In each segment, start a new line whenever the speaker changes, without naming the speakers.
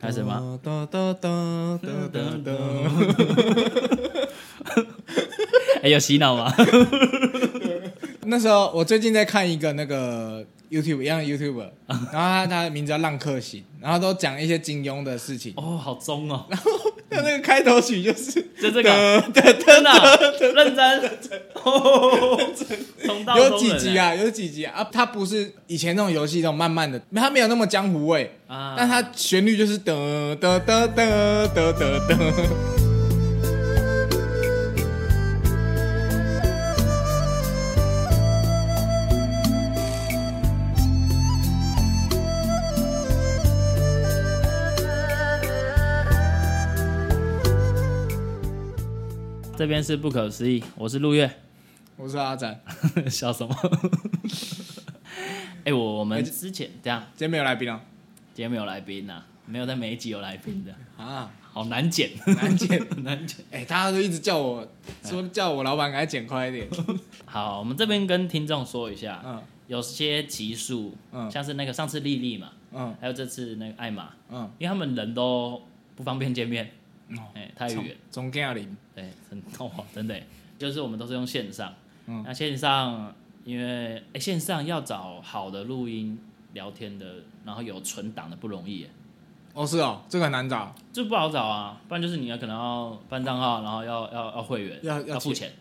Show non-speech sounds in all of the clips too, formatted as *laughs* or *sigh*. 开始吗？？
哒哒哒哒哒
*laughs*
哒。
哎、有洗脑吗？
那时候我最近在看一个那个 YouTube 一样的 YouTuber，然后他他的名字叫浪客行，然后都讲一些金庸的事情。
哦，好中 *laughs* 哦，
他那个开头曲就是
就这个，
哒哒哒
*laughs* 真的啊 *laughs* 认真，哦， *laughs* 从到
有
中
几
人
集啊？有几集啊？啊，它不是以前那种游戏那种慢慢的，它没有那么江湖味，
哎啊，
但它旋律就是得得得得得得得。
这边是不可思议，我是陆月， *laughs*
我是阿展，
笑 *laughs* 什么？哎、我我们之前这样，
今天没有来宾啊
今天没有来宾呐、没有在每一集有来宾的，
啊！
好嗯难剪，
难剪，
*laughs* 难剪。
哎、大家都一直叫我说叫我老板给他剪快一点，
好，我们这边跟听众说一下，
嗯
有些集数，
嗯
像是那个上次丽丽嘛，
嗯
还有这次那个艾玛，
嗯，
因为他们人都不方便见面，
哦
哎、太远，
中间要零，
对，真哦，真的耶，就是我们都是用线上，
嗯
那线上因为哎、线上要找好的录音聊天的，然后有存档的不容易耶，
哦是哦，这个很难找，
这不好找啊，不然就是你要可能要办账号，然后要要要会员，
要要
要付
钱
钱，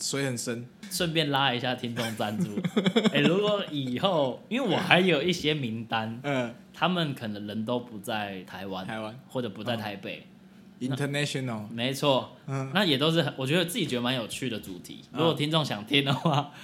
水很深，
顺便拉一下听众赞助。 *laughs* 哎、如果以后，因为我还有一些名单，
嗯、
他们可能人都不在台湾，
台湾
或者不在台北，
international，
没错，
嗯
那也都是很我觉得自己觉得蛮有趣的主题。
嗯
如果听众想听的话， *laughs*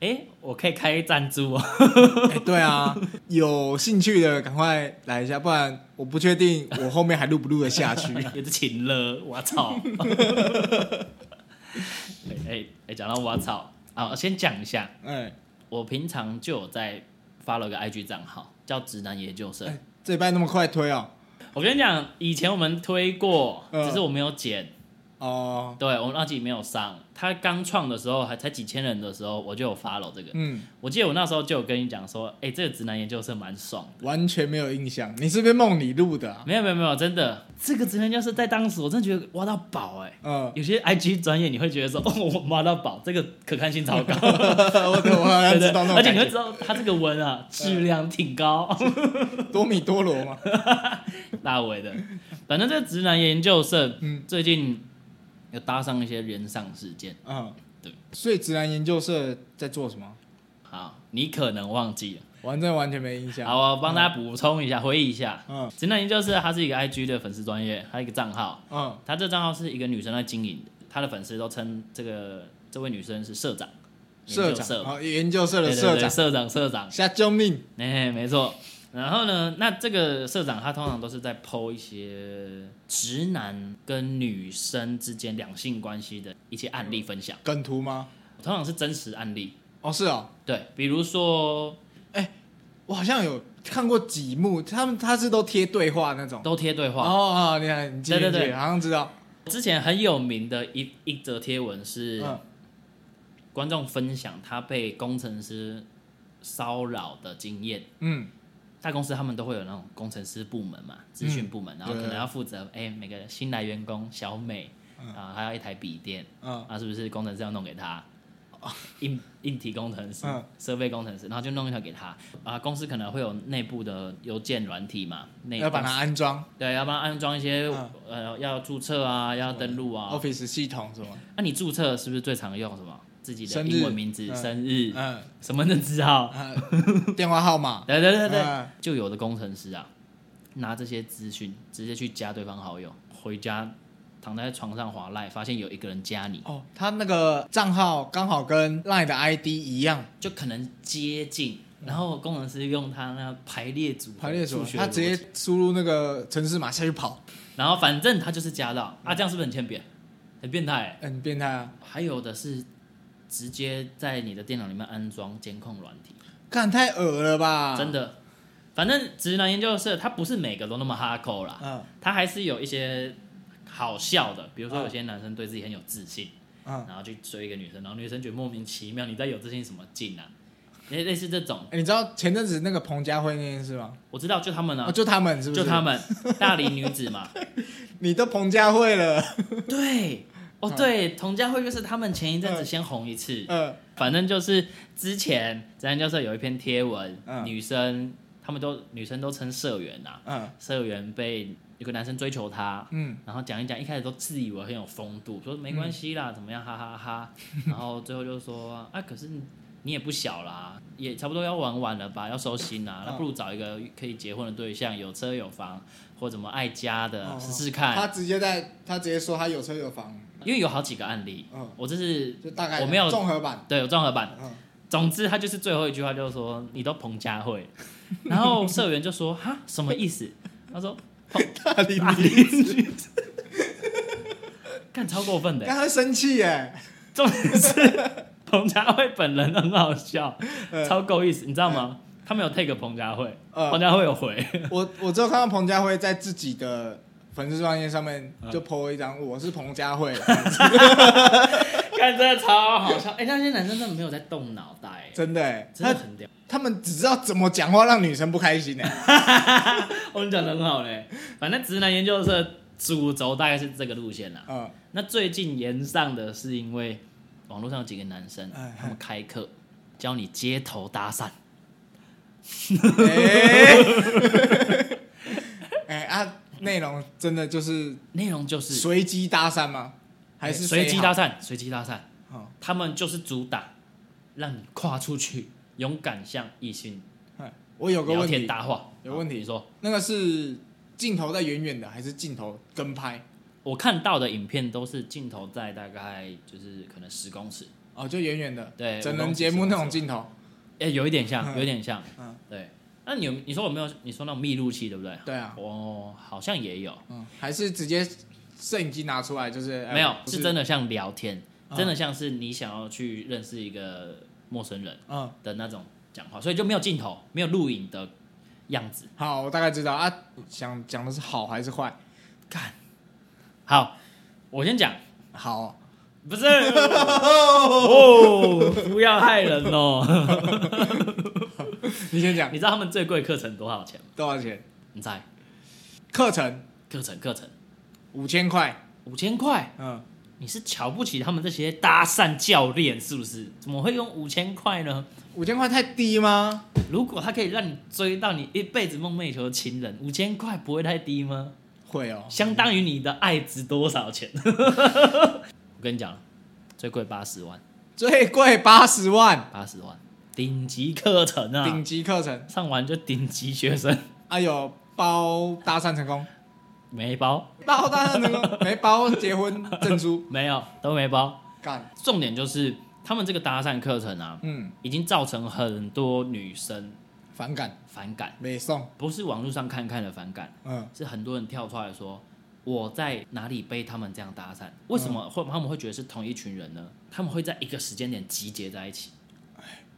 哎、我可以开赞助哦。 *laughs*
哎、对啊，有兴趣的赶快来一下，不然我不确定我后面还录不录得下去。
也是请了，我操！ *laughs* 哎哎哎，讲、到我操啊，先讲一下，
哎、
我平常就有在发了个 IG 账号，叫直男研究生。
哎，这一半那么快推哦，
我跟你讲，以前我们推过，
嗯
只是我没有剪，
哦，
对我那集没有上。他刚创的时候还才几千人的时候，我就有 follow 这个。
嗯，
我记得我那时候就有跟你讲说，哎、这个直男研究生蛮爽的。
完全没有印象，你是不是梦里录的、啊？
没有没有没有，真的，这个直男研究生在当时我真的觉得挖到宝哎、
嗯，
有些 IG 专业你会觉得说， *laughs* 哦，我挖到宝，这个可看性
*laughs*
超高，
我我
对
好像
不对
知道那
而且
种感
你会
觉嗯
知，道他这个文
*laughs*
啊，质量挺高。 *laughs*
多米多罗嘛，
大伟的。反正这直男研究社，
嗯
最近有搭上一些人上事件。
嗯，
对。
所以直男研究社在做什么？
好，你可能忘记了，
完全完全没印象。
好，我帮大家补充一下，回忆一下。
嗯
直男研究社它是一个 IG 的粉丝专业，还有一个账号，
嗯，
它这账号是一个女生在经营的，她的粉丝都称这个这位女生是社长，
社
研究
长，
社
好，研究社
对
的
对
社
对，
长，
社长社长，
下救命！
哎、没错。然后呢，那这个社长他通常都是在剖一些直男跟女生之间两性关系的一些案例分享，
梗图吗？
通常是真实案例。
哦，是哦，
对，比如说
我好像有看过几幕，他们他是都贴对话那种。
都贴对话，
哦哦，你看，你记
对
得
对对
好像知道。
之前很有名的一一则贴文是
嗯
观众分享他被工程师骚扰的经验。
嗯，
大公司他们都会有那种工程师部门嘛，资讯部门，然后可能
对
要负责哎、每个新来员工小美啊，还要一台笔电。
嗯
啊，是不是工程师要弄给他？硬硬体工程师
哦嗯、
设备工程师，然后就弄一条给他啊。公司可能会有内部的邮件软体嘛，内
要把它
公司
安装
对，要帮他安装一些
嗯哦
呃，要注册啊，要登录啊。
Office 系统什么？
那你注册是不是最常用什么？自己的
生
英
日
文名字、
嗯
生日、
嗯
什么的字号？
嗯，电话
*laughs*
号码。
对对对对，
嗯
就有的工程师啊，拿这些资讯直接去加对方好友，回家躺在床上滑赖，发现有一个人加你，
哦，他那个账号刚好跟 Line 的 ID 一样，
就可能接近，然后工程师用他那排列组合
嗯排列组
数
合，
学
他
逻
直
辑
接输入那个城市码下去跑，
然后反正他就是加到啊，这样是不是很欠扁？很变态欸、
很变态啊！
还有的是直接在你的电脑里面安装监控软体，
干太恶了吧？
真
的，
的。反正直男研究社它不是每个都那么哈扣啦，
嗯
它还是有一些好笑的，比如说有些男生对自己很有自信，
嗯，哦
然后去追一个女生，然后女生觉得莫名其妙，你在有自信什么劲啊？类类似这种，
哎你知道前阵子那个彭佳慧那件事吗？
我知道就他们
哦，
啊，
就他们是不是？
就他，们大龄女子
*laughs*
嘛，
你都彭佳慧了，
对。哦，
嗯
对，童佳慧就是他们前一阵子
嗯
先红一次，
呃，
反正就是之前子安教授有一篇贴文，
嗯
女生他们都女生都称社员啊，
嗯
社员被有个男生追求她，
嗯，
然后讲一讲，一开始都自以为很有风度，说没关系啦，怎么样，哈哈
*laughs*
哈然后最后就说啊，可是你也不小啦，也差不多要玩完了吧，要收心啦，那
嗯
不如找一个可以结婚的对象，有车有房或怎么爱家的
哦
试试
他
看，
直接在他直接说他有车有房，
因为有好几个案例，
嗯，
我这是
就大概
我没有
综合版，
对有综合版。
嗯，
总之，他就是最后一句话就是说：“你都彭佳慧。”然后社员就说：“哈，什么意思？”他说
大：“理
大 *laughs*
理，
龄女子， *laughs* 干超过分的欸。
刚刚生气耶，”
重点是彭佳慧本人很好笑，
呃
超够意思，你知道吗？他没有 take 彭佳慧，
呃
彭佳慧有
*laughs*
回，
我我只有看到彭佳慧在自己的粉丝专页上面
嗯
就 po 一张我是彭
*laughs*
佳慧，
看真的超好笑。哎，那些男生真的没有在动脑袋欸，
真的耶，
真的
他
很屌。
他们只知道怎么讲话让女生不开心呢。
我们讲的很好嘞，反正直男研究社主轴大概是这个路线啦。
嗯
那最近延上的是因为网络上有几个男生
哎，
他们开课教你街头搭讪，
*laughs* 哎 *laughs* 哎啊，内容真的就是
内容就是哎
随机搭讪吗？还是
随
谁
机
好
搭？讪，随机搭讪，
哦
他们就是主打让你跨出去，勇敢向异性
哎我有个
嗯聊
问
天
题，
搭话。
有问题
好你说
那个是镜头在远远的，还是镜头跟拍？
我看到的影片都是镜头在大概就是可能十公尺，
哦，就远远的，
对，
整
我
人
公尺
节目那种
10
镜头。
公尺，哎，有一点像，
嗯
有一点像，
嗯，
对。那你有你说有没有？你说那种密录器对不对？
对啊，
哦，好像也有。
嗯，还是直接摄影机拿出来，就是哎
没有，
不
是真的像聊天，
啊
真的像是你想要去认识一个陌生人
嗯，
的那种讲话，所以就没有镜头，没有录影的样子。
好，我大概知道啊，想讲的是好还是坏？
好，我先讲，
好， *laughs*
不是哦，不要害人哦。 *laughs*
你先讲
你知道他们最贵课程多少钱吗？
多少钱？
你猜？
课程
课程课程
五千块，
五千块，
嗯，
你是瞧不起他们这些搭讪教练是不是？怎么会用五千块呢？
五千块太低吗？
如果他可以让你追到你一辈子梦寐以求的情人，五千块不会太低吗？
会哦，
相当于你的爱值多少钱？ *laughs* 我跟你讲，最贵八十万，
最贵八十万，
八十万，顶级课程啊
顶，级课程，
上完就顶级学生，
哎呦，包搭讪成功，
没包，
包搭讪成
*laughs*
功，没包结婚证书，
没有都没包。
干，
重点就是他们这个搭讪课程啊，
嗯，
已经造成很多女生
反感，
反感，
没送，
不是网络上看看的反感，
嗯，
是很多人跳出来说。我在哪里被他们这样搭讪？为什么
嗯
会他们会觉得是同一群人呢？他们会在一个时间点集结在一起，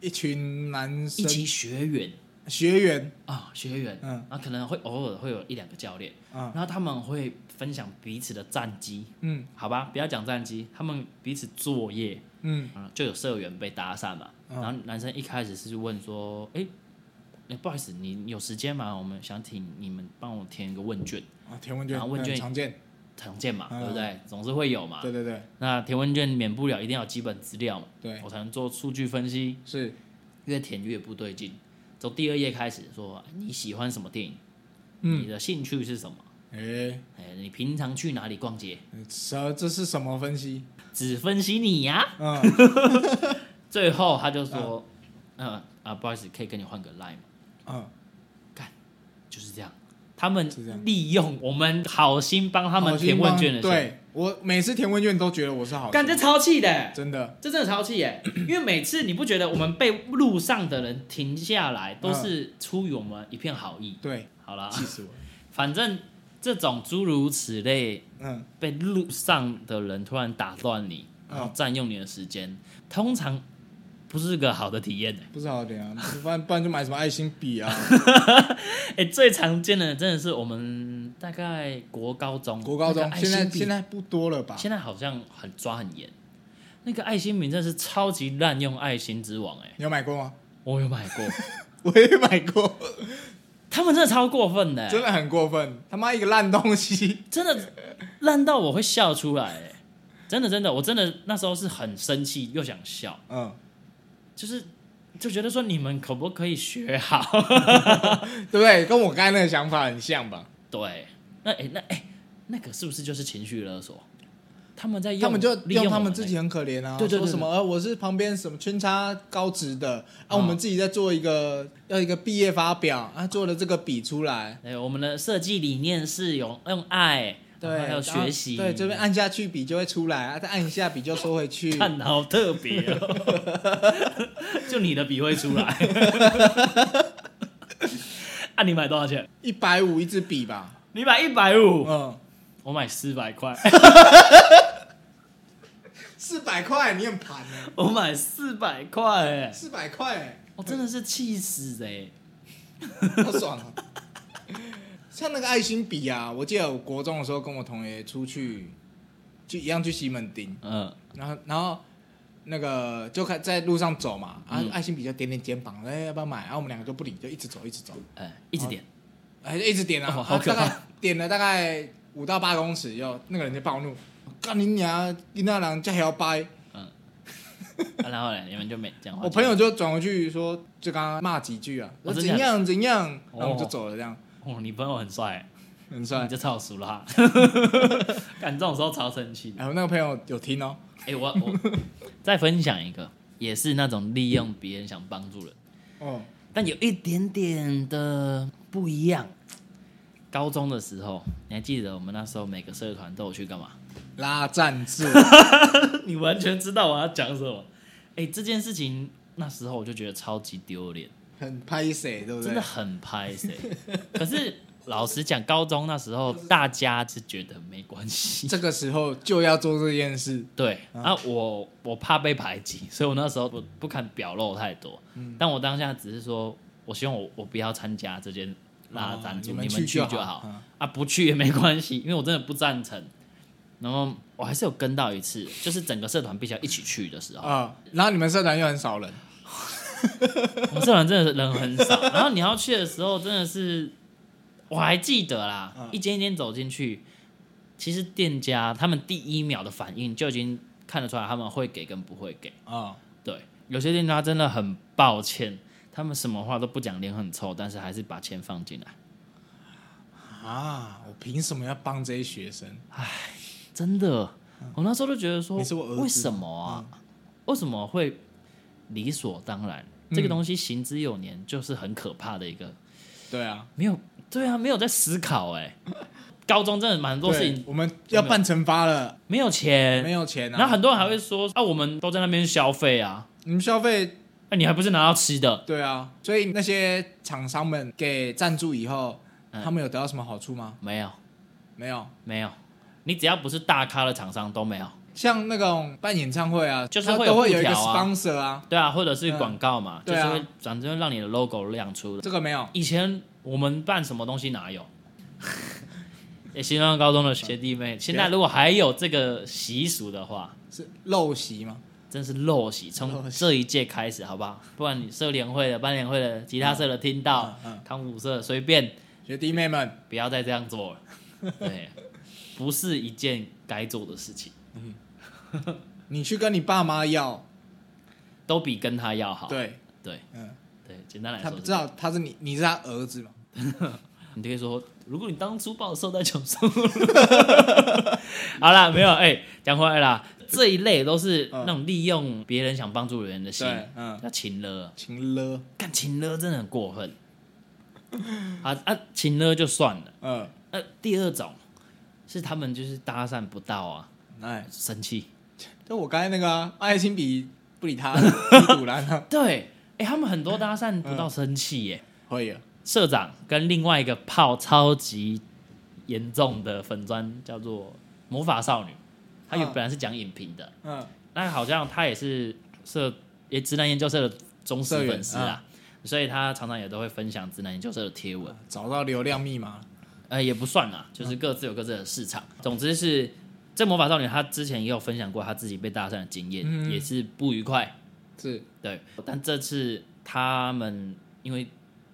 一群男
一
生
起学员，
学员，
啊、学员，
嗯
然后可能会偶尔会有一两个教练，
嗯
然后他们会分享彼此的战绩，
嗯
好吧，不要讲战绩，他们彼此作业，
嗯，
啊，就有社员被搭讪嘛，
嗯
然后男生一开始是问说，哎、哎不好意思，你你有时间吗？我们想请你们帮我填一个问卷，
啊，填问卷，
啊问
嗯
卷
常见，
常见嘛，
嗯
对不对？总是会有嘛
对。对对
那填问卷免不了一定要有基本资料嘛，
对，
我才能做数据分析，
是，
越填越不对劲。从第二页开始说你喜欢什么电影，你
嗯，
的兴趣是什么。
诶，
哎、你平常去哪里逛街？
这这是什么分析？
只分析你呀、
嗯，
最后他就说，嗯、啊，不好意思，可以跟你换个 line 吗？
嗯，
就是这样，他们
是这样
利用我们好心帮 *laughs* 他们
好心
填问
帮
卷的时候，
对我每次填问卷都觉得我是好心，
感觉超气的，
真的，
这真的超气耶！因为每次你不觉得我们被路上的人停下来，都是出于我们一片好意。
对，
好啦，
嗯气死我了，
*laughs* 反正这种诸如此类
嗯，
被路上的人突然打断你，
嗯
然后占用你的时间，通常不是个好的体验 *laughs* 的。
不是好点啊，不然不然就买什么爱心笔啊，
*laughs* 哎、最常见的真的是我们大概国高中，
国高
那
中
个爱
现
心
在
笔
现在不多了吧？
现在好像很抓很严。那个爱心笔真的是超级滥用爱心之王哎、
你有买过吗？ *laughs*
我有买过， *laughs*
我也买过，
他们真的超过分的欸、
真的很过分，他妈一个烂东西，
真的烂到我会笑出来、欸，真的真的，我真的那时候是很生气又想笑，
嗯，
就是就觉得说你们可不可以学好？ *laughs*
对不对？跟我刚才那个想法很像吧？
对，那哎、欸那哎、那个是不是就是情绪勒索？他们在用
他们就
利
用
我
他们
们
自己很可怜啊，
对对对
说什么呃我是旁边什么圈叉高职的啊，
哦
我们自己在做一个要一个毕业发表啊，做了这个笔出来，
哎、我们的设计理念是用用爱，
对，
然后啊还有
然后
学习，
对，这边按下去笔就会出来啊，再按一下笔就收回去，
看得好特别哦， *laughs* 就你的笔会出来。啊，你买多少钱？
一百五一支笔吧，
你买一百五，
嗯，
我买四百块，
四百块你很盘呢、
*laughs* 我买四百块，哎，
四百块欸、
我哦真的是气死哎！
好
*laughs*
爽啊！像那个爱心笔啊，我记得我国中的时候跟我同学出去，就一样去西门町，
嗯，
然后然后那个就看在路上走嘛，然后
嗯
爱心笔就点点肩膀，哎、要不要买？然后我们两个就不理，就一直走一直走，
哎，一直点，
哎就一直点啊，
哦好可怕
啊大概点了大概五到八公尺，又那个人就暴怒，干你娘！你那人家还要掰，
嗯，啊然后嘞，你们就没讲话。
我朋友就转回去说，就刚刚骂几句啊，
哦
说
真
怎
的假
样怎样，然后我们就
哦嗯
走了，这样
哦，你朋友很帅，
很帅
你。就超熟 *laughs* 啦。干这种时候超生气的。
然后那个朋友有听哦，
哎、我我再分享一个，也是那种利用别人想帮助人，
哦，
但有一点点的不一样。高中的时候，你还记得我们那时候每个社团都有去干嘛？
拉赞
*laughs*
助，
你完全知道我要讲什么。哎、这件事情那时候我就觉得超级丢脸，
很拍谁，对不
真
对
的？很拍谁。可是老实讲，高中那时候大家是觉得没关系，
这个时候就要做这件事，
对啊，我我怕被排挤，所以我那时候不不敢表露太多。
嗯
但我当下只是说，我希望我我不要参加这件拉赞助，
哦你
你
们
们
去就
就
好嗯
啊，不去也没关系，因为我真的不赞成。然后我还是有跟到一次，就是整个社团必须要一起去的时候，
啊、然后你们社团又很少人，
我们社团真的人很少。然后你要去的时候，真的是我还记得啦，
嗯
一间一间走进去，其实店家他们第一秒的反应就已经看得出来他们会给跟不会给。
啊、
对，有些店家真的很抱歉，他们什么话都不讲，脸很臭，但是还是把钱放进来，
啊！我凭什么要帮这些学生？
真的。我那时候就觉得说
你是我儿，子
为什么啊？为什么会理所当然？
嗯
这个东西行之有年，就是很可怕的一个
对啊，
没有对啊，没有在思考
*laughs*
哎、高中真的蛮多事
对
情，
我们要办惩罚了，
没有钱，
没有钱
然后
啊，
很多人还会说啊，我们都在那边消费啊，
你们消费，
那、你还不是拿到吃的？
对啊，所以那些厂商们给赞助以后，
嗯
他们有得到什么好处吗？
没有，
没有。
没有，你只要不是大咖的厂商都没有。
像那种办演唱会啊，
就是
他
会有
都会有一个
布条啊
sponsor 啊，
对啊，或者是广告嘛，
嗯对啊
就是会反正让你的 logo 亮出来。
这个没有。
以前我们办什么东西哪有？ *laughs* 也新庄高中的学弟妹，现在如果还有这个习俗的话，
是陋习吗？
真是陋习。
陋
从
习
这一届开始，好不好？不管你社联会的、班联会的、吉他社的听到、
嗯嗯
康复社随便，
学弟妹们，
不要再这样
*laughs*
做了。对，不是一件该做的事情，
你去跟你爸妈要，
都比跟他要好。
对，
对
嗯，
对，简单来
他
说
不
是
知道他是你，你是他儿子嘛？
你就可以说，如果你当初把我收在穷收， *laughs* 好啦，没有，哎、讲回来啦，这一类都是那种利用别人想帮助人的心
对，嗯
那情勒，
情了，
干情勒真的很过分， *laughs* 啊啊，情勒就算了，
嗯，
呃、第二种是他们就是搭讪不到啊，
哎，
生气，
就我刚才那个啊爱心笔不理 *laughs* 啊他，你堵拦他，
对，哎、他们很多搭讪不到生气耶、
会啊，
社长跟另外一个泡超级严重的粉砖叫做《魔法少女》，她原
嗯
本来是讲影评的，
嗯，
那好像她也是社也直男研究社的忠实粉丝
社员嗯
啊，所以她常常也都会分享直男研究社的贴文，
找到流量密码，
呃，也不算啦，就是各自有各自的市
嗯
场。总之是这魔法少女，她之前也有分享过她自己被搭讪的经验，
嗯
也是不愉快，
是
对，但这次他们因为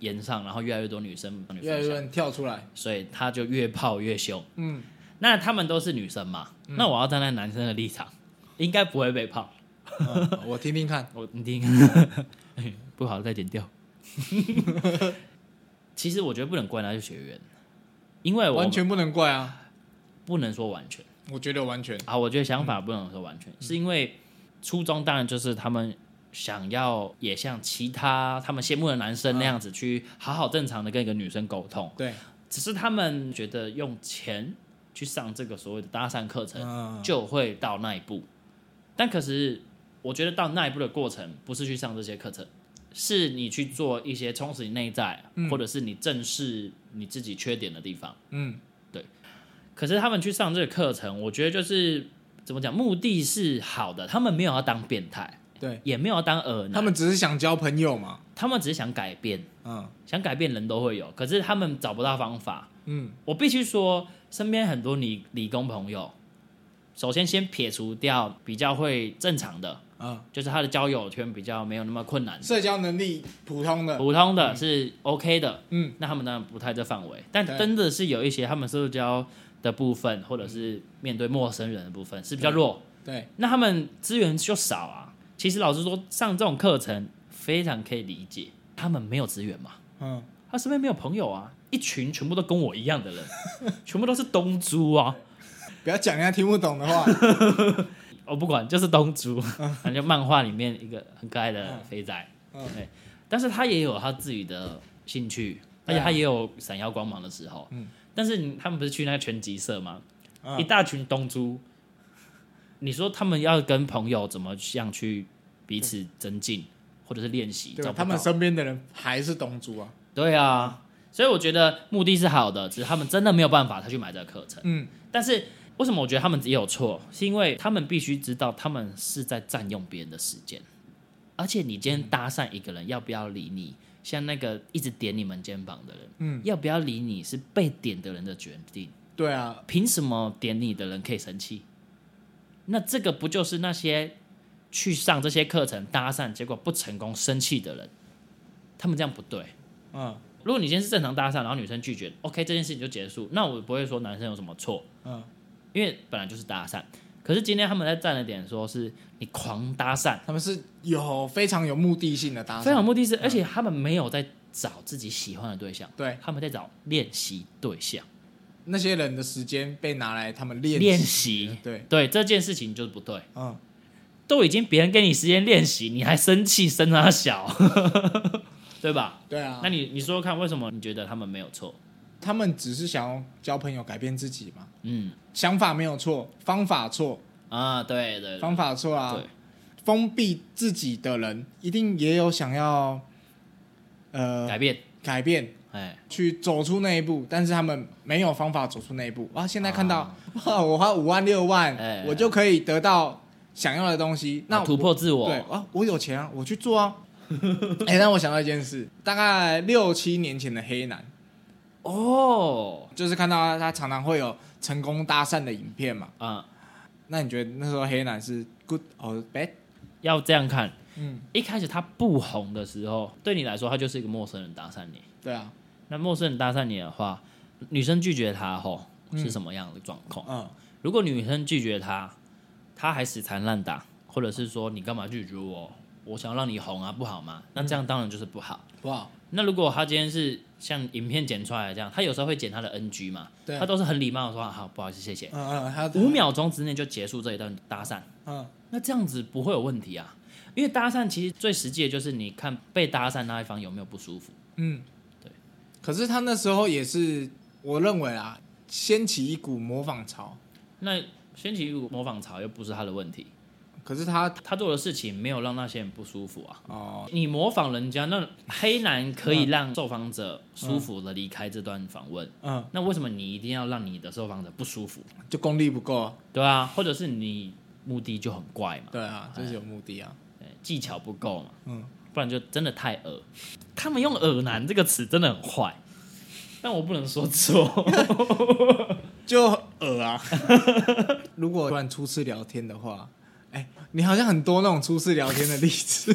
延上，然后越来越多女生帮你
越来
分
越
享
多人跳出来，
所以他就越泡越凶。
嗯，
那他们都是女生嘛，那我要站在男生的立场，应该不会被泡。
*laughs* 嗯我听听看，
我你听 *laughs* 看，不好再剪掉。 *laughs* 其实我觉得不能怪他是学员，因为我
完全不能怪啊，
不能说完全
我觉得完全，
啊，我觉得想法不能说完
嗯
全，是因为初衷当然就是他们想要也像其他他们羡慕的男生那样子去好好正常的跟一个女生沟通，
对，
只是他们觉得用钱去上这个所谓的搭讪课程，
嗯，
就会到那一步。但可是，我觉得到那一步的过程，不是去上这些课程，是你去做一些充实你内在，
嗯
或者是你正视你自己缺点的地方。
嗯，
可是他们去上这个课程，我觉得就是怎么讲，目的是好的，他们没有要当变态，
对，
也没有要当恶男，
他们只是想交朋友嘛，
他们只是想改变，
嗯
想改变人都会有，可是他们找不到方法，
嗯，
我必须说，身边很多理理工朋友，首先先撇除掉比较会正常的，
啊，
就是他的交友圈比较没有那么困难的，
社交能力普通的，
普通的是 OK 的，
嗯，
那他们当然不太这范围，但
对
真的是有一些他们社交的部分，或者是面对陌生人的部分是比较弱，
对，
那他们资源就少啊。其实老实说，上这种课程非常可以理解，他们没有资源嘛，
嗯，
他身边没有朋友啊，一群全部都跟我一样的
*laughs*
人，全部都是东珠啊。
不要讲人家听不懂的 *laughs* 话，
我哦不管，就是东珠，反正漫画里面一个很可爱的肥仔，
嗯
对，但是他也有他自己的兴趣，而
对啊
且他也有闪耀光芒的时候，
嗯
但是你他们不是去那个拳击社吗？
嗯
一大群东珠，你说他们要跟朋友怎么样去彼此增进，或者是练习，
对
找
吧？
不
他们
到
身边的人还是东珠啊，
对啊，所以我觉得目的是好的，只是他们真的没有办法，他去买这个课程。
嗯，
但是为什么我觉得他们也有错？是因为他们必须知道，他们是在占用别人的时间。而且你今天
嗯
搭讪一个人，要不要理你？像那个一直点你们肩膀的人，
嗯，
要不要理你是被点的人的决定。
对啊，
凭什么点你的人可以生气？那这个不就是那些去上这些课程搭讪结果不成功生气的人？他们这样不对。
嗯
如果你今天是正常搭讪，然后女生拒绝，OK，这件事情就结束。那我不会说男生有什么错，
嗯，
因为本来就是搭讪。可是今天他们在站的点说是你狂搭讪，
他们是有非常有目的性的搭
非常
讪，
目的是，而且他们没有在找自己喜欢的对象，
嗯对，
他们在找练习对象，
那些人的时间被拿来他们练
练
习，
习。
对，
对这件事情就是不对，
嗯，
都已经别人给你时间练习，你还生气生他小， *laughs* 对吧？
对啊
那，你你说说看，为什么你觉得他们没有错？
他们只是想要交朋友，改变自己嘛，
嗯
想法没有错，方法错，
啊，对对对
方法错啊
对，，
封闭自己的人一定也有想要呃
改变，
改变。
哎，
去走出那一步，但是他们没有方法走出那一步。哇，现在看到、哇，我花五万六万，
啊哎
我就可以得到想要的东西，那
那啊突
我
破自我，
对啊，我有钱啊，我去做啊。哎、让我想到一件事，大概六七年前的黑男，
哦，
就是看到他他常常会有成功搭讪的影片嘛。
啊、
那你觉得那时候黑男是 good or bad？
要这样看。
嗯，
一开始他不红的时候，对你来说，他就是一个陌生人搭讪你。
对啊，
那陌生人搭讪你的话，女生拒绝他后是什么样的状况？
嗯，
如果女生拒绝他，他还死缠烂打，或者是说你干嘛拒绝我？我想要让你红啊，不好吗？
嗯
那这样当然就是不好。
不好，
那如果他今天是像影片剪出来的这样，他有时候会剪他的 NG 嘛，
对啊
他都是很礼貌的说好，不好意思，谢谢，
嗯嗯，还有
五，秒钟之内就结束这一段搭讪。
嗯，
那这样子不会有问题啊，因为搭讪其实最实际的就是你看被搭讪那一方有没有不舒服。
嗯，
对。
可是他那时候也是，我认为啊，掀起一股模仿潮。
那掀起一股模仿潮又不是他的问题，
可是他
他做的事情没有让那些人不舒服啊。
哦，
你模仿人家，那黑男可以让受访者舒服的离开这段访问，
嗯，
那为什么你一定要让你的受访者不舒服？
就功力不够啊，
对啊，或者是你目的就很怪嘛，
对啊，这是有目的啊。
对技巧不够嘛，
嗯，
不然就真的太恶。他们用“恶男”这个词真的很坏，但我不能说错。
就耳
*laughs*
啊。如果突然初次聊天的
*laughs*
话，哎、你好像很多那种初次聊天的例子。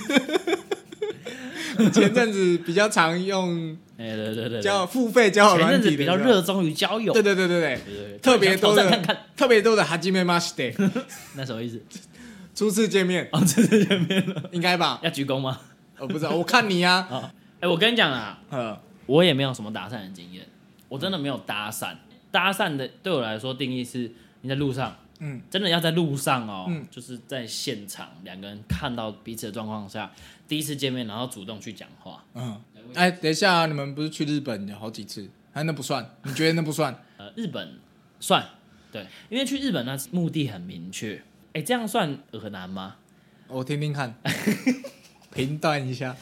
前阵子比较常用
哎，对对对对，
交付费交友
前
软
阵子
体的
比较
时候
热，衷于交友，
对对对对对，
对对对
特别
挑
多
战
的
看看，
特别多的哈基梅马
*laughs*
西德，
那什么意思？
初次见面
哦，这是见面了，
应该吧？
要鞠躬吗？
我不知道，我看你呀，
啊，哎，我跟你讲啊，
呃，
我也没有什么搭讪的经验，我真的没有搭讪。搭讪的对我来说定义是你在路上，
嗯，
真的要在路上哦，
嗯
就是在现场两个人看到彼此的状况下，第一次见面然后主动去讲话，
嗯，哎，等一下啊，你们不是去日本有好几次？哎，那不算，你觉得那不算？
呃，日本算对，因为去日本那次目的很明确。哎，这样算恶男吗？
我听
*laughs*
听看，评断一下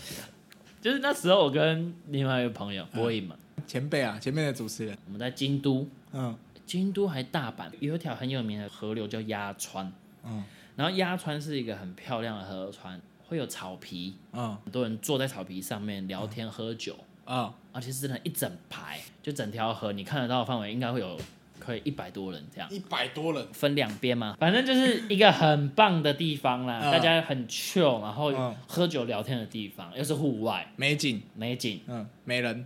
就是那时候我跟另外一个朋
嗯
友博颖嘛，
前辈啊，前面的主持人，
我们在京都，
嗯
京都还大阪有一条很有名的河流叫鸭川，
嗯
然后鸭川是一个很漂亮的河川，会有草皮，
嗯
很多人坐在草皮上面聊天喝酒，
啊
而且是真的一整排，就整条河你看得到的范围应该会有可以一百多人这样，
一百多人，
分两边嘛，反正就是一个很棒的地方啦，
嗯
大家很 chill，然后
嗯
喝酒聊天的地方，又是户外
美景，
美景，
嗯，没人，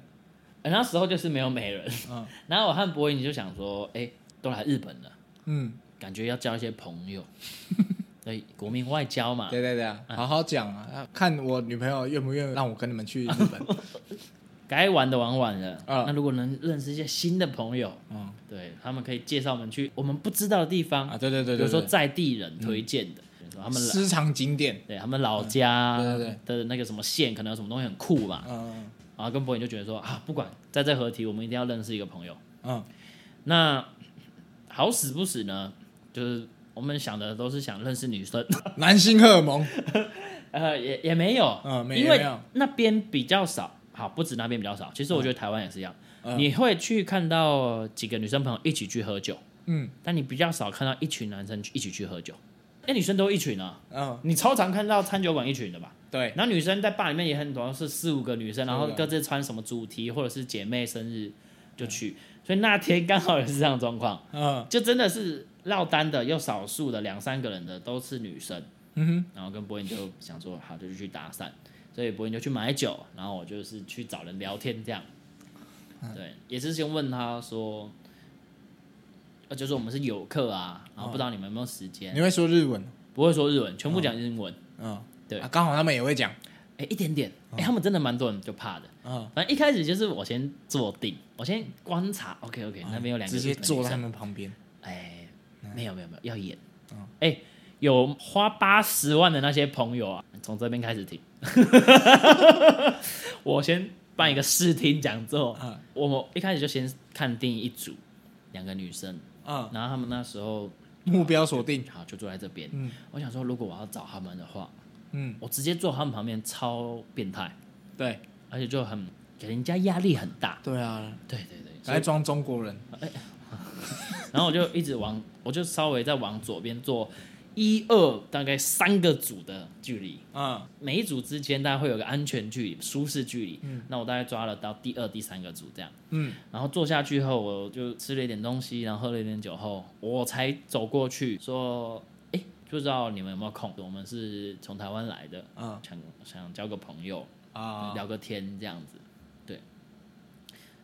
呃那时候就是没有美人，
嗯
然后我和博颖就想说，哎、都来日本了。
嗯，
感觉要交一些朋
*laughs*
友，对，国民外交嘛。
对对对啊，好好讲啊，看我女朋友愿不愿意让我跟你们去日
*laughs*
本，
该玩的玩完了，
嗯
那如果能认识一些新的朋友，
嗯
对他们可以介绍我们去我们不知道的地方，
啊，对对对
比
对，
如说
对
在地人推荐的，比如说他们老
私藏景点，
对他们老家
嗯对对
的那个什么县，可能有什么东西很酷嘛。
嗯
然后跟博颖就觉得说啊，不管在这合体，我们一定要认识一个朋友。
嗯
那好死不死呢，就是我们想的都是想认识女生。
嗯，男性荷尔蒙，
呃，也也没有，
嗯没
因
也没
为
有
那边比较少。好，不止那边比较少，其实我觉得台湾也是一样，
嗯
你会去看到几个女生朋友一起去喝酒，
嗯
但你比较少看到一群男生去一起去喝酒。那女生都一群啊，
嗯，
你超常看到餐酒馆一群的吧？
对，
然后女生在吧里面也很多，是四五个女生，然后
对啊
各自穿什么主题或者是姐妹生日就去，所以那天刚好也是这样的状况，
嗯
就真的是落单的又少数的两三个人的都是女生。
嗯哼，
然后跟博颖就想说，好，就去搭讪，所以博颖就去买酒，然后我就是去找人聊天这样。
嗯
对，也是先问他说，呃，就是我们是游客啊，然后不知道你们有没有时间，
你会说日文，
不会说日文，全部讲英文，
嗯，
对
啊，刚好他们也会讲，
哎，一点点，
哦
哎，他们真的蛮多人就怕的。
嗯，
反正一开始就是我先坐定，我先观察，OK OK，那边有两个
哦直接
日本女
坐在
生
他们旁边，
哎，没有没有没有，要演。哎、有花八十万的那些朋友啊，从这边开始 *laughs* 听。我先办一个试听讲座
嗯，
我们一开始就先看定一组两个女生，
嗯，
然后他们那时候
目标锁定，
好就坐在这边。
嗯
我想说，如果我要找他们的话，
嗯，
我直接坐他们旁边，超变态，
对
而且就很给人家压力很大。
对啊，
对对对，所以
来装中国人，
然后我就一直往，我就稍微再往左边做一二，大概三个组的距离，
嗯
每一组之间大概会有个安全距离、舒适距离。那我大概抓了到第二、第三个组这样，
嗯
然后坐下去后，我就吃了一点东西，然后喝了一点酒后，我才走过去说：“哎，不知道你们有没有空？我们是从台湾来的，
嗯
想想交个朋友，
啊，
聊个天这样子。”对，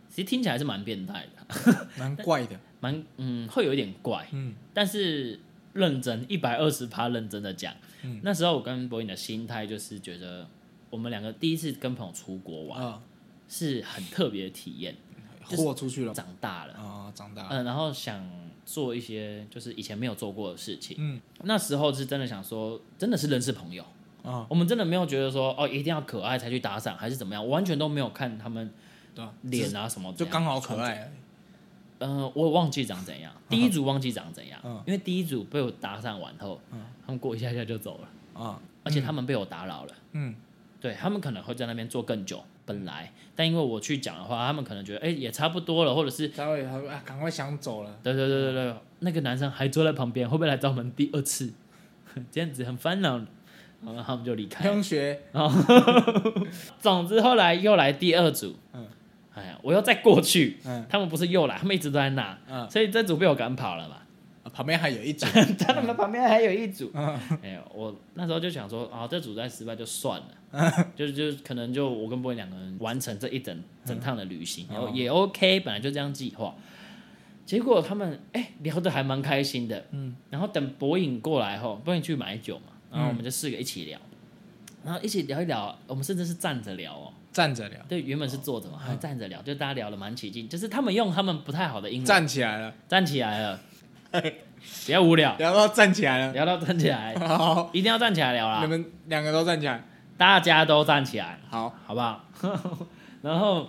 其实听起来是蛮变态的，
蛮怪的，
蛮嗯，会有一点怪。
嗯
但是认真一百二十趴认真的讲，
嗯
那时候我跟博颖的心态就是觉得我们两个第一次跟朋友出国玩、
啊，
是很特别的体验，嗯就是
豁出去了，
长大了，
啊，长大
嗯、
了，
然后想做一些就是以前没有做过的事情，
嗯
那时候是真的想说，真的是认识朋友，
啊，
我们真的没有觉得说哦一定要可爱才去打赏还是怎么样，完全都没有看他们
对啊，
脸啊什么
就
怎样，
刚好可爱而已，
呃，我忘记长怎样，第一组忘记长怎样，
嗯
因为第一组被我打散完后，
嗯
他们过一下下就走了，
啊，
而且他们被我打扰了，
嗯
对他们可能会在那边坐更久，本来，但因为我去讲的话，他们可能觉得哎、也差不多了，或者是
稍微他说啊，赶快想走了，
对对对对对，那个男生还坐在旁边，会不会来找我们第二次？ *laughs* 这样子很烦恼，然后他们就离开了。哦
同学，
*laughs* 总之后来又来第二组，
嗯
哎呀，我又再过去，
嗯
他们不是又来，他们一直都在那，
嗯，
所以这组被我赶跑了嘛。
啊旁边还有一组，
*laughs* 他们旁边还有一组，
嗯
哎、我那时候就想说，啊，这组再失败就算了，
*laughs*
就是就是可能就我跟波两个人完成这一整整趟的旅
嗯
行，然后也 OK，本来就这样计划。结果他们哎、聊得还蛮开心的，嗯，然后等博影过来后，博影去买酒嘛，
嗯
然后我们就四个一起聊，然后一起聊一聊，我们甚至是站着聊哦，
站着聊，
对，原本是坐着嘛，
嗯
还站着聊，就大家聊得蛮起劲，就是他们用他们不太好的英文
站起来了，
站起来了， *laughs* 比较无聊，
聊到站起来了，
聊到啊站起来，
好，
一定要站起来聊
你
啦，
们两个都站起来，
大家都站起来，
好，
好不好？ *laughs* 然后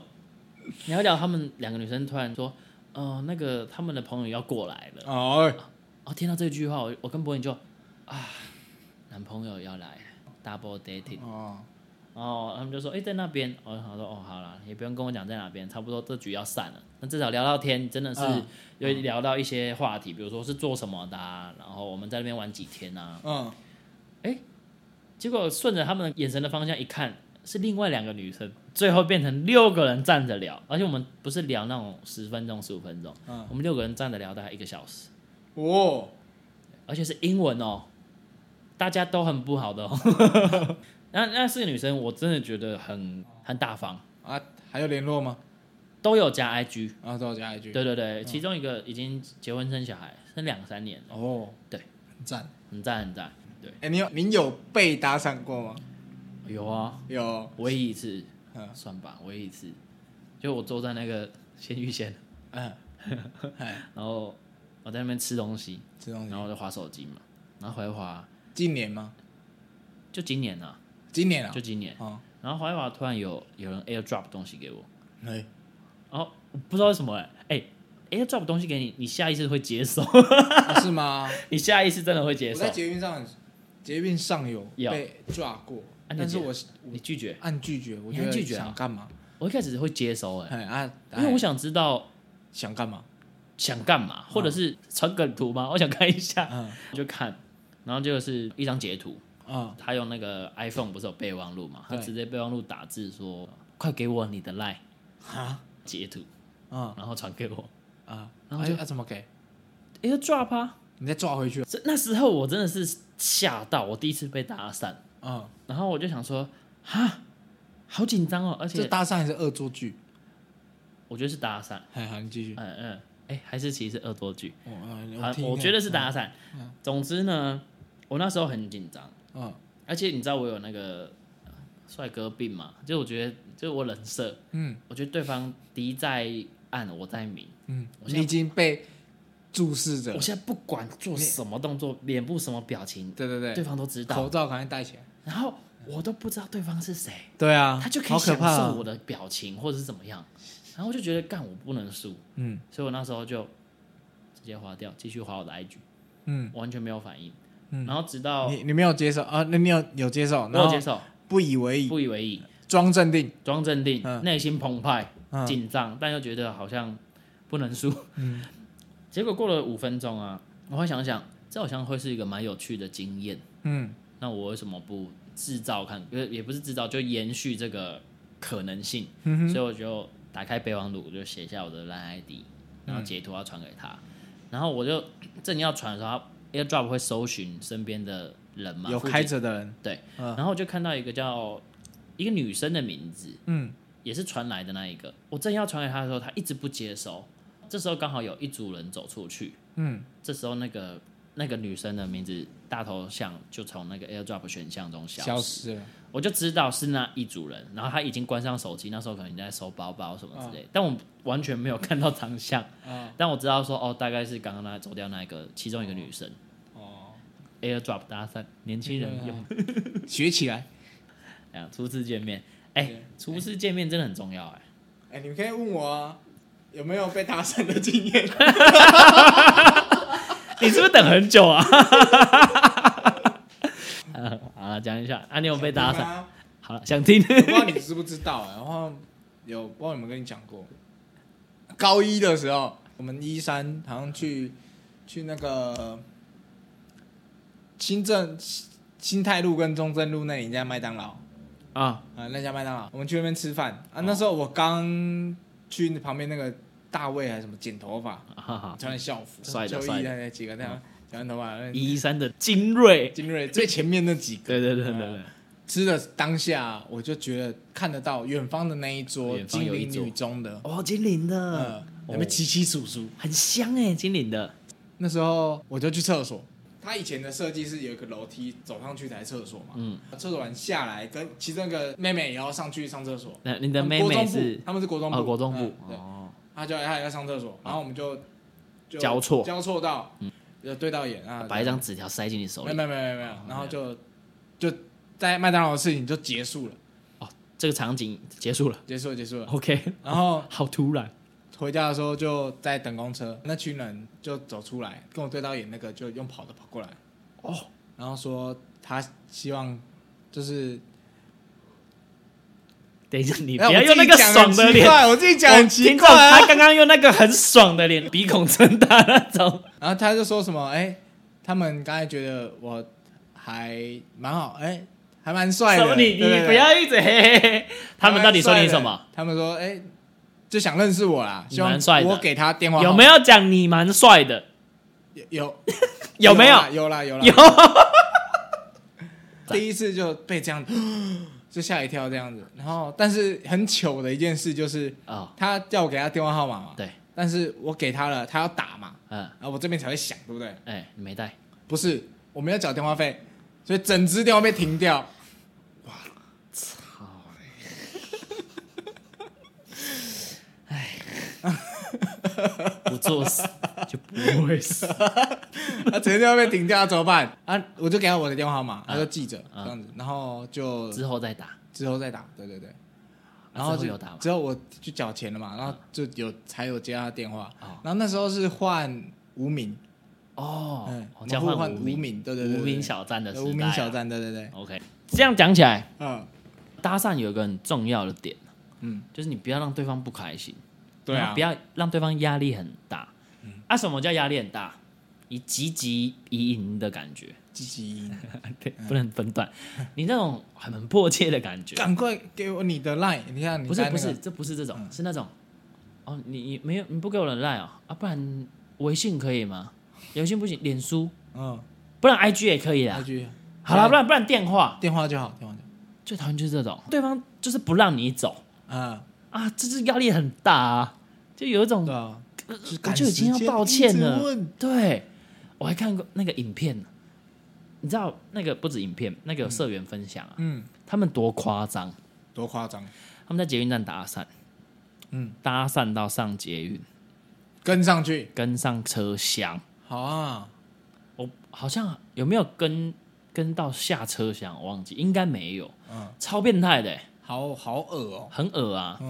聊一聊，他们两个女生突然说：“哦、那个他们的朋友要过来了。
哦，”
哦，听到这句话，我我跟博颖就啊，男朋友要来，double dating。
哦，
哦，他们就说：“哎、在那边。”我想说：“哦，好啦，也不用跟我讲在哪边，差不多这局要散了。那至少聊到天，真的是
嗯
有聊到一些话题，比如说是做什么的、啊，然后我们在那边玩几天啊。
嗯，
结果顺着他们眼神的方向一看，是另外两个女生，最后变成六个人站着聊，而且我们不是聊那种十分钟、十五分钟，
嗯
我们六个人站着聊大概一个小时，
哦，
而且是英文哦，大家都很不好的哦。 *laughs* 那那四个女生，我真的觉得很很大方，
啊，还有联络吗？
都有加 IG，
啊，再我加一句，
对对对，其中一个已经结婚生小孩，生两三年了，
哦，
对，
赞，
很赞很赞。对，
哎，你有你有被搭讪过吗？
有啊，
有，
唯一一次，
嗯
算吧，唯一一次，就我坐在那个鲜芋仙。
嗯，哎，
然后我在那边吃东西，
这东
然后
西，
我就划手机嘛，然后划一划，
今年吗？
就今年啊，
今年啊
就，今年，
哦，
然后划一划，突然有有人 AirDrop 东西给我，
哎，
然后我不知道为什么哎、欸，AirDrop 东西给你，你下意识会接收， *laughs*
*laughs* 啊是吗？
你下意识真的会接
我
收
在，捷运上，捷运上有
有啊
被抓过，
你
但
姐
是我
你拒绝，
按拒绝，我
你
觉
按
得
拒绝啊
想干嘛？
我一开始会接收哎、
哎啊，
因为我
想
想知道
想干嘛？
想干嘛，或者是传梗图吗？我想看一下，
嗯
我就看，然后就是一张截图，
啊
他用那个 iPhone 不是有备忘录嘛，他
对
直接备忘录打字说，快给我你的 Line
啊
截图。
啊
然后传给我
啊！
然后
哎
就
啊怎么给？
AirDrop 啊。
你再抓回去
这那时候我真的是吓到，我第一次被搭讪，
啊！
然后我就想说，哈，好紧张哦，而
这
且
搭讪还是恶作剧？
我觉得是搭讪，
哎好，你继续
嗯。嗯，哎，还是其实是恶作剧，
我
啊
啊，
我觉得是搭讪
嗯。
总之呢，我那时候很紧张，
嗯
而且你知道我有那个呃帅哥病嘛，就我觉得就是我冷色，
嗯
我觉得对方敌在暗，我在明，
嗯，
我现在
你已经被注视着
我
了。
现在不管做什么动作，脸部什么表情，
对对
对
对，
方都知道。
口罩赶快戴起来。
然后我都不知道对方是谁，
对啊，
他就可以
好可
享
怕
受我
啊。
的表情或者是怎么样，然后我就觉得干我不能输，
嗯
所以我那时候就直接划掉，继续划我的 IG，
嗯，
完全没有反应。
嗯
然后直到
你你没有接受啊？那你有有接受？
我
然
哦有
后
接受，
不以为意，
不以为意，
装镇定。
装镇定，
嗯
内心澎湃，
嗯
紧张，但又觉得好像不能输。
嗯
结果过了五分钟啊，我会想想，这好像会是一个蛮有趣的经验。
嗯
那我为什么不制造看？也也不是制造，就延续这个可能性。
嗯哼
所以我就打开备忘录，我就写下我的烂 ID，然后截图要传给他。然后我就正要传的时候他，AirDrop 会搜寻身边的人嘛，
有
附近
开着的人。
对。
嗯
然后我就看到一个叫一个女生的名字，
嗯
也是传来的那一个。我正要传给他的时候，他一直不接收。这时候刚好有一组人走出去，
嗯
这时候那个那个女生的名字大头像就从那个 AirDrop 选项中消失，
消失了。
我就知道是那一组人，然后他已经关上手机，那时候可能在收包包什么之
嗯
类，但我完全没有看到长相，
啊
但我知道说哦，大概是刚刚那走掉那个其中一个女生、
哦，
AirDrop 搭讪，年轻人用，
学起来。
哎呀，初次见面，哎、
对
初次见面真的很重要哎、
*laughs* 哎、你们可以问我啊，有没有被搭讪的经验？
你是不是等很久啊？ *laughs* 呃好了，讲一下啊，你 *laughs* 有被搭讪？
讪？
好了，想听。
*laughs* 我不知道你知不知道、哎，然后有不知道有没有跟你讲过，高一的时候，我们一三好像去去那个新政新泰路跟中正路那里一家麦当劳啊、
啊，
那家麦当劳，我们去那边吃饭啊。那时候我刚去旁边那个大卫还是什么剪头发，
哈哈，
啊穿校服，
帅的
就
帅
衣
的嗯
那几个那样剪完头发，
一三的精锐，
金瑞最前面那几个，啊
对对对对对，
吃的当下，我就觉得看得到远方的那一桌
远方
精
有一
灵
桌
女中的，
哦，金领的
嗯，，那边七七数数。
很香哎，金领的，
那时候我就去厕所，它以前的设计是有一个楼梯走上去才厕所嘛，
嗯，
厕所完下来，跟其中一个妹妹也要上去上厕所。
那你的
他们
妹
嗯国
妹
中部
是
他们是国中部，
哦，国中部
嗯对，
哦，
他就他也要上厕所，然后我们就就
交错嗯
交错到，就对到眼啊，
把一张纸条塞进你手
没有
里，
没有没有没有
哦
没有，然后就就在麦当劳的事情就结束了，
这个场景结束了
结束了结束了，
，OK，
然后
好突然，
回家的时候就在等公车，那群人就走出来跟我对到眼，那个就用跑的跑过来，
哦，
然后说他希望就是，
等一下，你不
哎我
要
自
用那
己
个
讲
爽
很
的
奇
脸，
怪我自己讲很
我
奇
听
怪
懂
啊
他刚刚用那个很爽的脸，鼻孔睁大那种，
然后他就说什么哎、他们刚才觉得我还蛮好哎、还蛮帅
什么
的，
你
对对
你
对
不要一直嘿嘿嘿，他们到底说你什么？？
他们说，哎、就想认识我啦，
你
希
蛮
望
帅的
我给他电话号码
有没有讲你蛮帅的？
有有
*laughs* 有没有？
啦有啊啦有啦
有，
*laughs* 第一次就被这样 *gasps* 就吓一跳这样子，然后但是很糗的一件事就是，
哦，
他叫我给他电话号码嘛，
对，
但是我给他了，他要打嘛，
嗯，
然后我这边才会响，对不对？
哎，你没带，
不是，我们要缴电话费，所以整支电话被
*laughs*
停掉。
不作死就不会死。
他啊整天在被停掉，怎么办？啊，我就给他我的电话号码，他就记着
嗯
这样子，然后就
之后再打，
之后再打，对对对。然
啊
后
之后
就
有打吗嗯
之后我去缴钱了嘛，然后就有才有接他电话
哦，
然后那时候是换无名，
哦
嗯，
我
我
交
们
换
互换
无
无
名，
名，对对对，
无名
对
小站的时
对
代啊，
无名小站，对对对，
，OK。这样讲起来，
嗯
搭讪有一个很重要的点，
嗯，
就是你不要让对方不开心，
对
然后
啊嗯
不，要让对方压力很大。啊，什么叫压力很大？你汲汲营营的感觉，
积极，
对， *laughs* 不能分段，你那种很很迫切的感觉，
赶快给我你的 line，你看你
不是
在
不
那
是，
个嗯
这不是这种，是那种，哦，你你没有你不给我人 line 哦，啊，不然微信可以吗？微信不行，脸书，
嗯，
不然 IG 也可以
那
啦。
句
好了，不然不然电话，
电话就好，电话就好，
最讨厌就是这种，对方就是不让你走
嗯，
啊，这是压力很大啊，就有一种
对啊，就
呃
是
我
赶
就已经
时间
要抱歉
一直
了
问。
对，我还看过那个影片，你知道那个不止影片，那个有社员分享啊，
嗯，
他们多夸张，
多夸张，
他们在捷运站搭讪，
嗯，
搭讪到上捷运，
跟上去，
跟上车厢，
好啊，
我好像有没有跟跟到下车厢，我忘记，应该没有，
嗯，
超变态的欸、
好好恶哦，
很恶啊。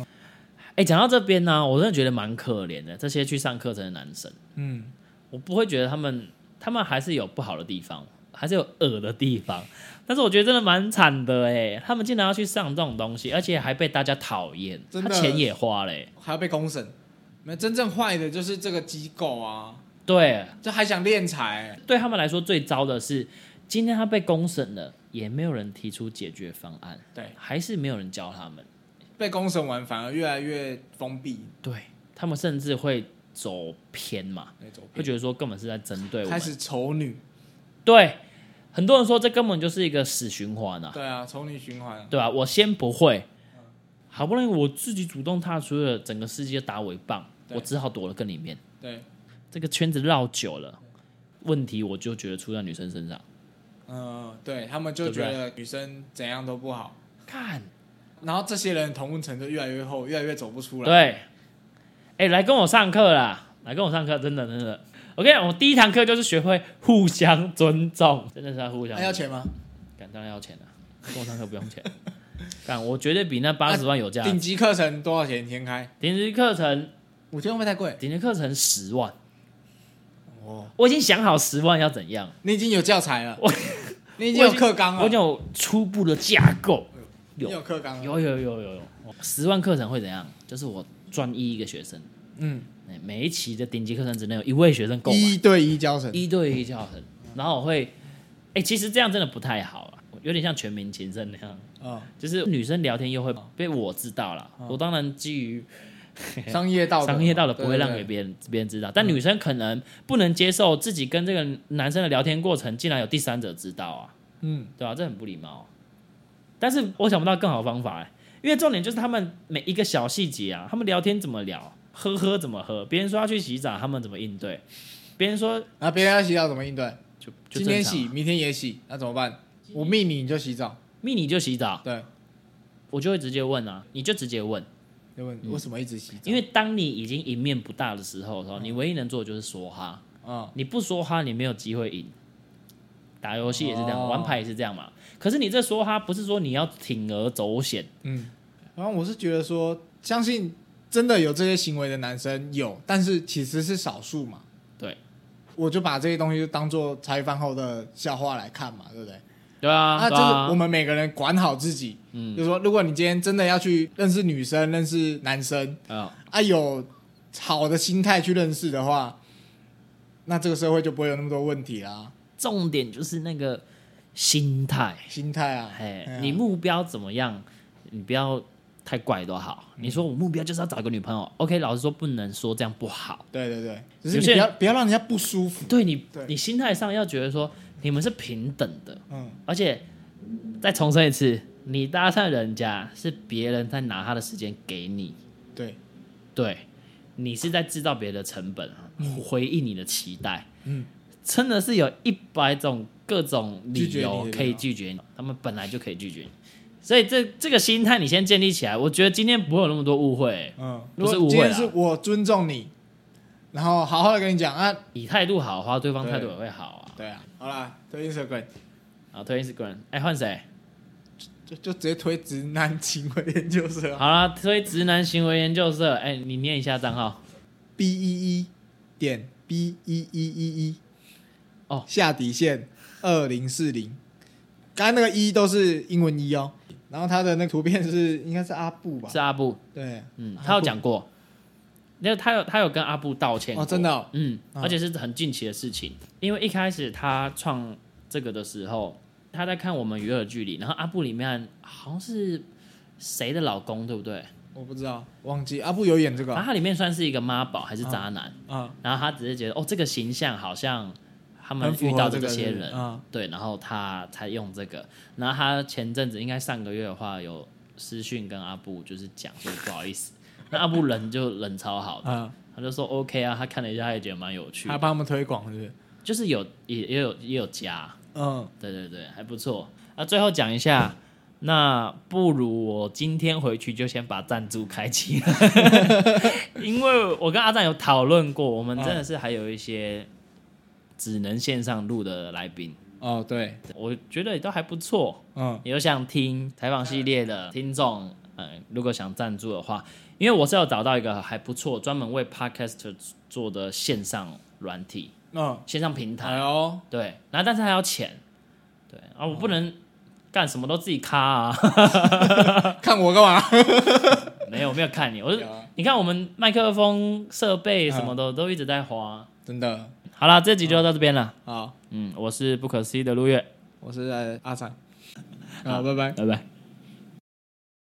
哎、讲到这边呢、我真的觉得蛮可怜的，这些去上课程的男生，
嗯，
我不会觉得他们，他们还是有不好的地方，还是有恶的地方，但是我觉得真的蛮惨的哎，他们竟然要去上这种东西，而且还被大家讨厌，他
真的
钱也花嘞，
还要被公审。那真正坏的就是这个机构啊，
对，
就还想敛财，
对他们来说最糟的是，今天他被公审了，也没有人提出解决方案，
对，
还是没有人教他们，
被公审完反而越来越封闭
对他们甚至会走偏嘛，
那种，
会觉得说根本是在针对我
开
们，
始丑女，
对，很多人说这根本就是一个死循环啊，
对啊，丑女循环，
对吧、我先不会，好不容易我自己主动踏出了，整个世界打我一棒，
对
我只好躲了更里面。
对，
这个圈子绕久了，问题我就觉得出在女生身上。
嗯、对他们就觉得女生怎样都不好，
看，
然后这些人同温层就越来越厚，越来越走不出来，
对，哎、来跟我上课啦，来跟我上课，真的真的。我跟你讲，我第一堂课就是学会互相尊重，真的是要互相
还、要，钱吗？
敢当然要钱的、啊跟我上课不用
*laughs*
钱。干，我绝对啊比那八十万有价。
啊顶级课程多少钱？先开
顶级课程，
五千会不会太贵？
顶级课程十万，
哦，
我已经想好十万要怎样。
你已经有教材了
*laughs* 我，
你已经有课纲
我
了，
有初步的架构，
你有课纲了，
有有有有有，十万课程会怎样？就是我专一一个学生，
嗯，
哎每一期的顶级课程只能有一位学生购买，
一对一教程，
一对一教程，然后我会，哎、其实这样真的不太好啊，有点像全民情圣那样，
啊、
就是女生聊天又会被我知道啦，我当然基于
商业道德嘛，
商业道德不会
对对
让
对嗯
给别人别人知道，但女生可能不能接受自己跟这个男生的聊天过程竟然有第三者知道啊，
嗯，
对啊，这很不礼貌啊、但是我想不到更好的方法、欸，因为重点就是他们每一个小细节啊，他们聊天怎么聊，喝喝怎么喝，别人说要去洗澡，他们怎么应对，别人说
然后别人要洗澡怎么应对？
就就
今天
正常啊
洗，明天也洗，那怎么办？我命你你就洗澡，
密你就洗澡，
对，
我就会直接问啊，你就直接问，
就问为什么一直洗澡？
嗯因为当你已经赢面不大的时候的时候，
嗯
你唯一能做的就是说哈，
啊，
你不说哈，你没有机会赢。打游戏也是这样，
哦
玩牌也是这样嘛。可是你这说哈，不是说你要铤而走险，
嗯，然后我是觉得说，相信真的有这些行为的男生有，但是其实是少数嘛。
对，
我就把这些东西就当做茶余饭后的笑话来看嘛，对不对？
对啊，
那就
对啊
是我们每个人管好自己，
嗯
就是说，如果你今天真的要去认识女生、认识男生，
啊，
啊，有好的心态去认识的话，那这个社会就不会有那么多问题啦。
重点就是那个心态，
心态啊，
哎、
哎呀
你目标怎么样？你不要太怪都好。你说我目标就是要找一个女朋友，OK，老实说不能说这样不好。
对对对，只是
有
你
些人
不要不要让人家不舒服。
对你
对，
你心态上要觉得说你们是平等的，
嗯，
而且再重申一次，你搭讪人家是别人在拿他的时间给你，
对，
对你是在制造别人的成本，啊回应你的期待。
嗯，
真的是有一百种各种
拒
理
绝你
由
的
可以
理由
拒绝你，他们本来就可以拒绝你，所以这这个心态你先建立起来，我觉得今天不会有那么多误会、
嗯，
不
如
是
果
误
今
会啊
天
啦
是我尊重你，然后好好的跟你讲啊，
以态度好的话，对方态度
对
也会好啊。
对啊，好啦，推 Instagram
啊，推 Instagram，哎，换谁？
就就直接推直男行为研究社啊
好啦，推直男行为研究社，哎，你念一下账号。
B 一一点 B E 一一一一
哦
下底线二零四零，刚才那个一、都是英文一、哦，然后他的那个图片是应该是阿布吧
是？啊阿布，
对，
嗯，
阿
他有
布
讲过，因为他有他有跟阿布道歉
哦，
过
真的、哦，
嗯，
嗯
而且是很近期的事情，因为一开始他创这个的时候，他在看我们娱乐距离，然后阿布里面好像是谁的老公，对不对？
我不知道，忘记阿布有演这个
然
哦
后他里面算是一个妈宝还是渣男，
啊，
然后他只是觉得哦，这个形象好像他们
很符
遇
合
到的
这
这
个
些
是
人，
嗯
对，然后他才用这个。然后他前阵子应该上个月的话有私讯跟阿布就是讲说不好意思，那阿布人就人超好的，
啊，
他就说 OK 啊，他看了一下，他也觉得蛮有趣的
还，帮他们推广是不是？
就是有也也有也有加，
嗯，
对对对，还不错。啊，最后讲一下，那不如我今天回去就先把赞助开启 *laughs* 了，因为我跟阿赞有讨论过，我们真的是还有一些只能线上录的来宾，
哦对，
我觉得也都还不错。
嗯
有想听采访系列的听众，嗯，如果想赞助的话，因为我是有找到一个还不错，专门为 podcaster 做的线上软体、
嗯，
线上平台
哎。呦，
对，然后但是还要钱，对啊，我不能干什么都自己卡啊， *laughs*
看我干嘛？
没有没有看你，我是
有啊
你看我们麦克风设备什么的都一直在花。
*laughs* 真的，
好了，这集就到这边了，
好，
嗯，我是不可思议的陆月，
我是呃阿三，好，拜拜。
拜拜。